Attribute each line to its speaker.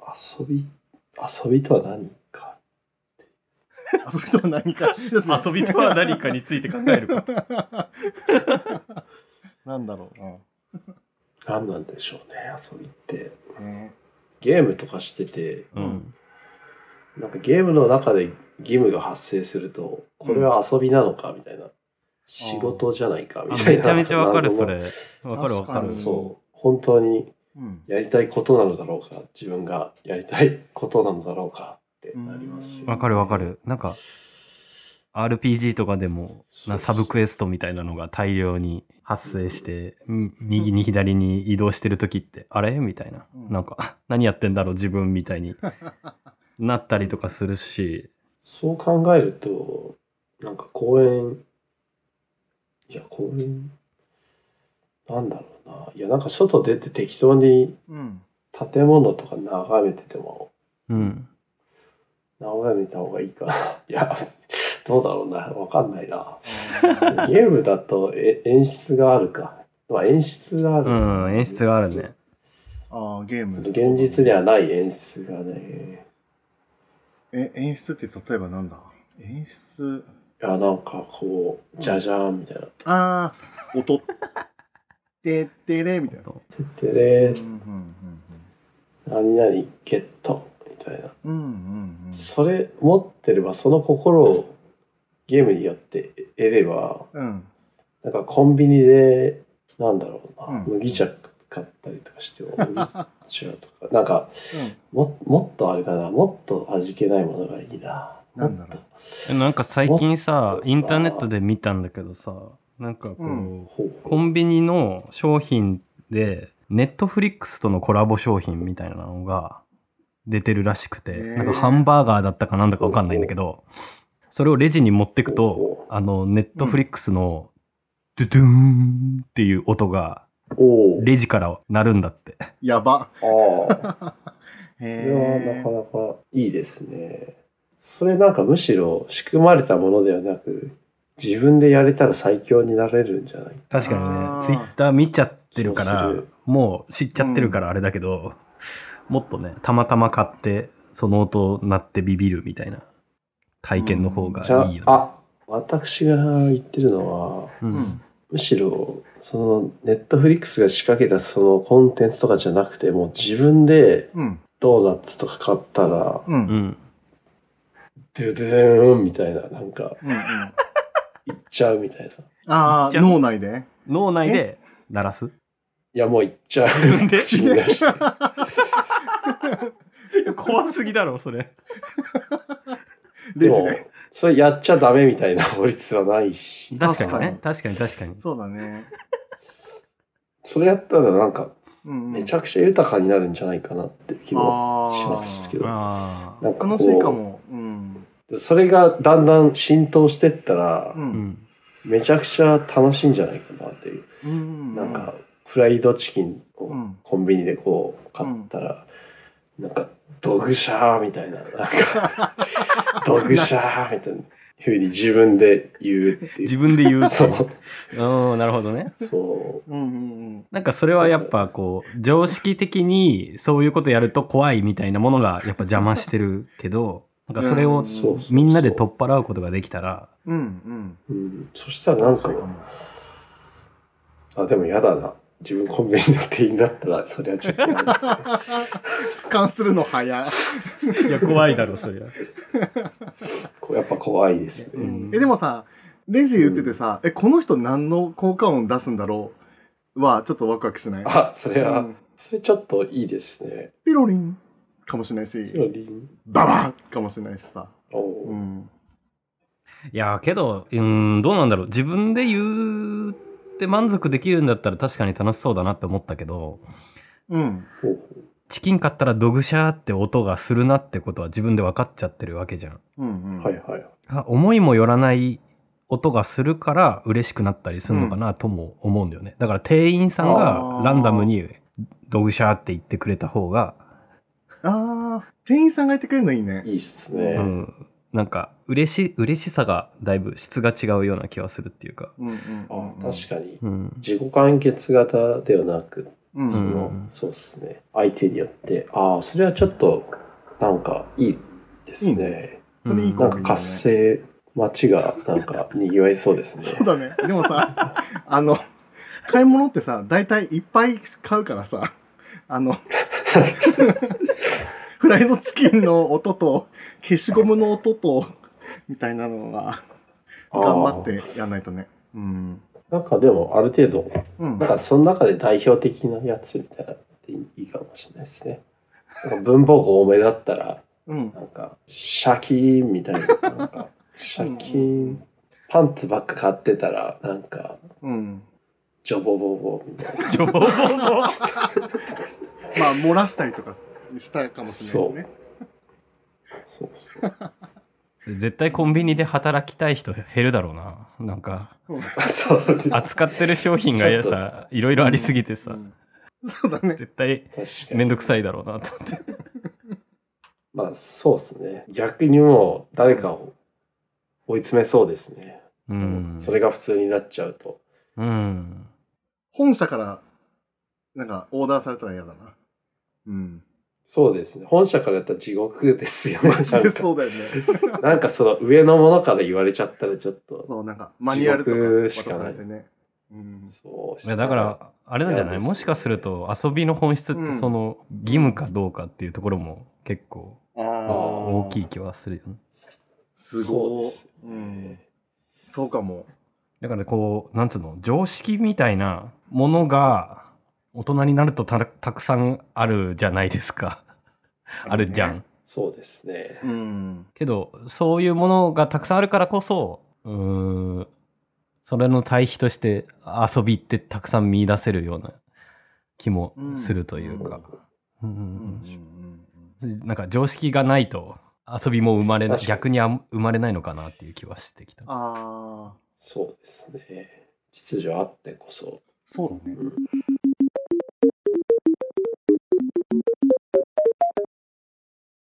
Speaker 1: 遊び、遊びとは何か。
Speaker 2: 遊びとは何か。
Speaker 3: 遊びとは何かについて考えること
Speaker 2: なんだろうな。
Speaker 1: 何なんでしょうね、遊びって。
Speaker 2: ね
Speaker 1: ゲームとかしてて、
Speaker 3: うん。
Speaker 1: なんかゲームの中で義務が発生すると、これは遊びなのかみたいな。仕事じゃないか
Speaker 3: あ
Speaker 1: みたい
Speaker 3: め
Speaker 1: な。
Speaker 3: ちゃめちゃわかる、
Speaker 1: 謎
Speaker 3: そ
Speaker 1: の
Speaker 3: れ。わかるわか
Speaker 2: う
Speaker 3: る
Speaker 2: ん。
Speaker 1: そう。本当に
Speaker 2: うん。
Speaker 1: やりたいことなのだろうか、自分がやりたいことなのだろうかってなりますよ
Speaker 3: わかるわかる。なんか、RPG とかでも、なサブクエストみたいなのが大量に発生して、うん右に左に移動してる時って、あれみたいな。
Speaker 2: うん
Speaker 3: なんか、何やってんだろう、自分みたい になったりとかするし、
Speaker 1: そう考えると、なんか公園、いや、公園、なんだろうな。いや、なんか外出て適当に
Speaker 2: うん。
Speaker 1: 建物とか眺めてても、
Speaker 3: うん。
Speaker 1: 眺めた方がいいかな。 いや、どうだろうな。わかんないな。
Speaker 2: あ
Speaker 1: ゲームだとえ演出があるか。まあ、演出がある。
Speaker 3: うん、演出があるね。
Speaker 2: あ、ゲーム。
Speaker 1: 現実にはない演出がね。
Speaker 2: え、演出って例えばなんだ演出。
Speaker 1: いや、なんかこう、じゃじゃーんみたいな。
Speaker 2: ああ、音。 てってれみたいな。
Speaker 1: てれー、
Speaker 2: ん
Speaker 1: 何々ゲットみたいな。
Speaker 2: うんうん。うん
Speaker 1: それ持ってれば、その心をゲームによって得れば、
Speaker 2: うんうん。
Speaker 1: なんかコンビニで、なんだろうな、
Speaker 2: うん
Speaker 1: 麦茶買ったりとかしても、麦茶とか、 なんかも、もっとあれだな、もっと味気ないものがいいな。
Speaker 2: なんだろう
Speaker 1: もっ
Speaker 3: えなんか最近さ
Speaker 1: もっ、と
Speaker 3: インターネットで見たんだけどさ、なんかこう、
Speaker 2: うん
Speaker 1: とほう
Speaker 3: コンビニの商品で、ネットフリックスとのコラボ商品みたいなのが出てるらしくて、
Speaker 2: へー
Speaker 3: なんかハンバーガーだったかなんだかわかんないんだけど、それをレジに持ってくと、あの、ネットフリックスの、ドゥドゥーンっていう音が、
Speaker 1: おお。
Speaker 3: レジから鳴るんだって。
Speaker 2: や
Speaker 1: ああ。
Speaker 2: ば。
Speaker 1: それはな
Speaker 2: へ
Speaker 1: かなかいいですね。それなんかむしろ仕組まれたものではなく、自分でやれたら最強になれるんじゃない
Speaker 3: 確かに
Speaker 2: あー
Speaker 3: ね、ツイッター見ちゃってるか
Speaker 1: そ
Speaker 3: ら
Speaker 1: うする、
Speaker 3: もう知っちゃってるからあれだけど、もっとね、たまたま買って、その音鳴ってビビるみたいな体験の方が
Speaker 1: じゃあ
Speaker 3: いいよね。
Speaker 1: あ、私が言ってるのは、
Speaker 3: う
Speaker 2: うんん。
Speaker 1: むしろ、その、ネットフリックスが仕掛けたそのコンテンツとかじゃなくて、もう自分で
Speaker 2: うん。
Speaker 1: ドーナツとか買ったら、
Speaker 2: うん。うん。
Speaker 3: う
Speaker 2: うん。
Speaker 3: ん。
Speaker 1: ドゥドゥーンみたいな、なんか、
Speaker 2: あ
Speaker 1: 行っちゃうみたいな。い
Speaker 2: あ、脳内で
Speaker 3: 脳内で鳴らす
Speaker 1: や、もう行っちゃう。
Speaker 3: で
Speaker 1: 口に出 して。
Speaker 3: 怖すぎだろ、それ。
Speaker 2: レ
Speaker 1: で
Speaker 2: ジ
Speaker 1: も
Speaker 2: で。、
Speaker 1: それやっちゃダメみたいな法律はないし。
Speaker 3: 確かにね。確かに確かに。
Speaker 2: そうだね。
Speaker 1: それやったらなんか、
Speaker 2: うん。
Speaker 1: めち
Speaker 2: ゃ
Speaker 1: ゃくちゃ豊かになるんじゃないかなって気もし
Speaker 2: あ
Speaker 1: ますけど。
Speaker 3: ああ。
Speaker 1: なんかこう
Speaker 2: 楽しいかも。うん。
Speaker 1: それがだんだん浸透してったら
Speaker 2: う、。
Speaker 3: うんん。
Speaker 1: めちゃくちゃ楽しいんじゃないかなっていう。
Speaker 2: うん。
Speaker 1: なんか、フライドチキン
Speaker 2: う
Speaker 1: を
Speaker 2: ん。
Speaker 1: コンビニでこう買ったら、なんか、ドグシャーみたいな、なんか、 ドグシャーみたいなふうに自分で言うってい
Speaker 3: 自
Speaker 1: う。
Speaker 3: 分で言うと。
Speaker 1: そう、
Speaker 3: うん、なるほどね。
Speaker 1: そう。
Speaker 2: うんうん
Speaker 3: なんかそれはやっぱこう、常識的にそういうことやると怖いみたいなものがやっぱ邪魔してるけど、なんかそれ
Speaker 2: う
Speaker 3: を
Speaker 2: ん
Speaker 1: そうそうそう
Speaker 3: みんなで取っ払うことができたら、
Speaker 2: うん。
Speaker 1: う
Speaker 2: うん
Speaker 1: ん。そしたらな
Speaker 2: うんん。そ
Speaker 1: か
Speaker 2: う、かも。
Speaker 1: あ、でも嫌だな。自分コンビニの店員だったら、それはちょっ と嫌ですね。
Speaker 2: 俯瞰するの早い。
Speaker 3: いや、怖いだろ、そりゃ。
Speaker 1: こうやっぱ怖いです
Speaker 2: う
Speaker 1: ね。
Speaker 2: んえでもさレジ言っててさ、えこの人何の効果音出すんだろうはちょっとワクワクしない、
Speaker 1: あ、それ
Speaker 2: う
Speaker 1: は
Speaker 2: ん、
Speaker 1: それちょっといいですね。
Speaker 2: ピロリンかもしれない
Speaker 1: ピロ
Speaker 2: し
Speaker 1: リン。
Speaker 2: ババンかもしれないしさ、
Speaker 1: お
Speaker 2: う
Speaker 1: ー
Speaker 2: ん、
Speaker 3: いやーけどうーんどうなんだろう自分で言うって満足できるんだったら確かに楽しそうだなって思ったけど
Speaker 2: うん
Speaker 1: ほう
Speaker 3: チキン買ったらドグシャーって音がするなってことは自分で分かっちゃってるわけじゃん
Speaker 2: うんうん
Speaker 1: はいはい。
Speaker 3: あ思いもよらない音がするから嬉しくなったりするのかなとも思うんだよね、だから店員さん
Speaker 2: あ
Speaker 3: が
Speaker 2: ー
Speaker 3: ランダムにドグシャーって言ってくれた方が、
Speaker 2: あー店員さんが言ってくれるのいいね
Speaker 1: いいっすね。
Speaker 3: うん、なんか嬉し嬉しさがだいぶ質が違うような気はするっていうか、
Speaker 2: うんうん
Speaker 1: あ、確かに。
Speaker 3: うん、
Speaker 1: 自己完結型ではなく、
Speaker 2: うん
Speaker 1: そ
Speaker 2: うん
Speaker 1: の
Speaker 3: うん
Speaker 1: そうですね相手によってああそれはちょっとなんかいいですね。
Speaker 2: それいい
Speaker 3: うん
Speaker 2: コ
Speaker 1: な
Speaker 2: ン
Speaker 1: んか
Speaker 2: ビニだね
Speaker 1: 活性、街がなんか賑わいそうですね。
Speaker 2: そうだね。 でもさ、あの、買い物ってさ、大体いっぱい買うからさ、あの、フライドチキンの音と、消しゴムの音と、みたいなのは、
Speaker 1: あー
Speaker 2: 頑張ってやんないとね。うん。
Speaker 1: なんかでもある程度、
Speaker 2: うん
Speaker 1: なん。かその中で代表的なやつみたいなのっていいかもしれないですね。なんか文房具多めだったら、
Speaker 2: うん。
Speaker 1: なんか、シャキーンみたいな、なんか、シャキーン。パンツばっか買ってたら、なんか、
Speaker 2: うん。
Speaker 1: ジョボボボみたいな。
Speaker 3: 情報も。
Speaker 2: まあ、漏らしたりとかしたかもしれないですね。
Speaker 1: そうそう。
Speaker 3: 絶対コンビニで働きたい人減るだろうな。なんか、
Speaker 1: そうです。確
Speaker 3: 扱ってる商品が
Speaker 1: ちょっと
Speaker 3: さ、いろいろありすぎてさ、
Speaker 2: うんそうだね。
Speaker 3: 絶対
Speaker 1: か
Speaker 3: め
Speaker 1: に。
Speaker 3: んどくさいだろうなと思って。
Speaker 1: まあ、そうですね。逆にもう、誰かを追い詰めそうですね。
Speaker 3: うん
Speaker 1: そうそれが普通になっちゃうと。
Speaker 3: うん。
Speaker 2: 本社から、なんか、オーダーされたら嫌だな。うん。
Speaker 1: そうですね。本社からやったら地獄ですよね。
Speaker 2: マジ
Speaker 1: なん
Speaker 2: で
Speaker 1: か、
Speaker 2: そうだよね。
Speaker 1: なんかその上のものから言われちゃったらちょっと、
Speaker 2: そう、なんか、マニュアルとか渡されてね。うん
Speaker 1: そう
Speaker 3: いやだか、ら、あれなんじゃない
Speaker 1: いや
Speaker 3: もしかすると遊びの本質ってその義務かどうかっていうところも結構
Speaker 2: あ
Speaker 1: ー
Speaker 3: 大きい。気はするよね。
Speaker 2: す
Speaker 1: そう
Speaker 2: ご
Speaker 1: で
Speaker 2: い。
Speaker 1: す
Speaker 2: うん。そうかも。
Speaker 3: だからこう、なんつうの、常識みたいなものが大人になるとたたくさんあるじゃないです か。あるじゃん。
Speaker 1: そうですね。
Speaker 2: うん。
Speaker 3: けど、そういうものがたくさんあるからこそ、うーん、それの対比として遊びってたくさん見出せるような気もするというか。うんうん
Speaker 2: うん
Speaker 3: うんなんか常識がないと遊びも生まれな
Speaker 1: 確かに
Speaker 3: 逆にあん生まれないのかなっていう気はしてきた。
Speaker 2: ああ、
Speaker 1: そうですね。秩序あってこそ。
Speaker 2: そうだね。
Speaker 1: うん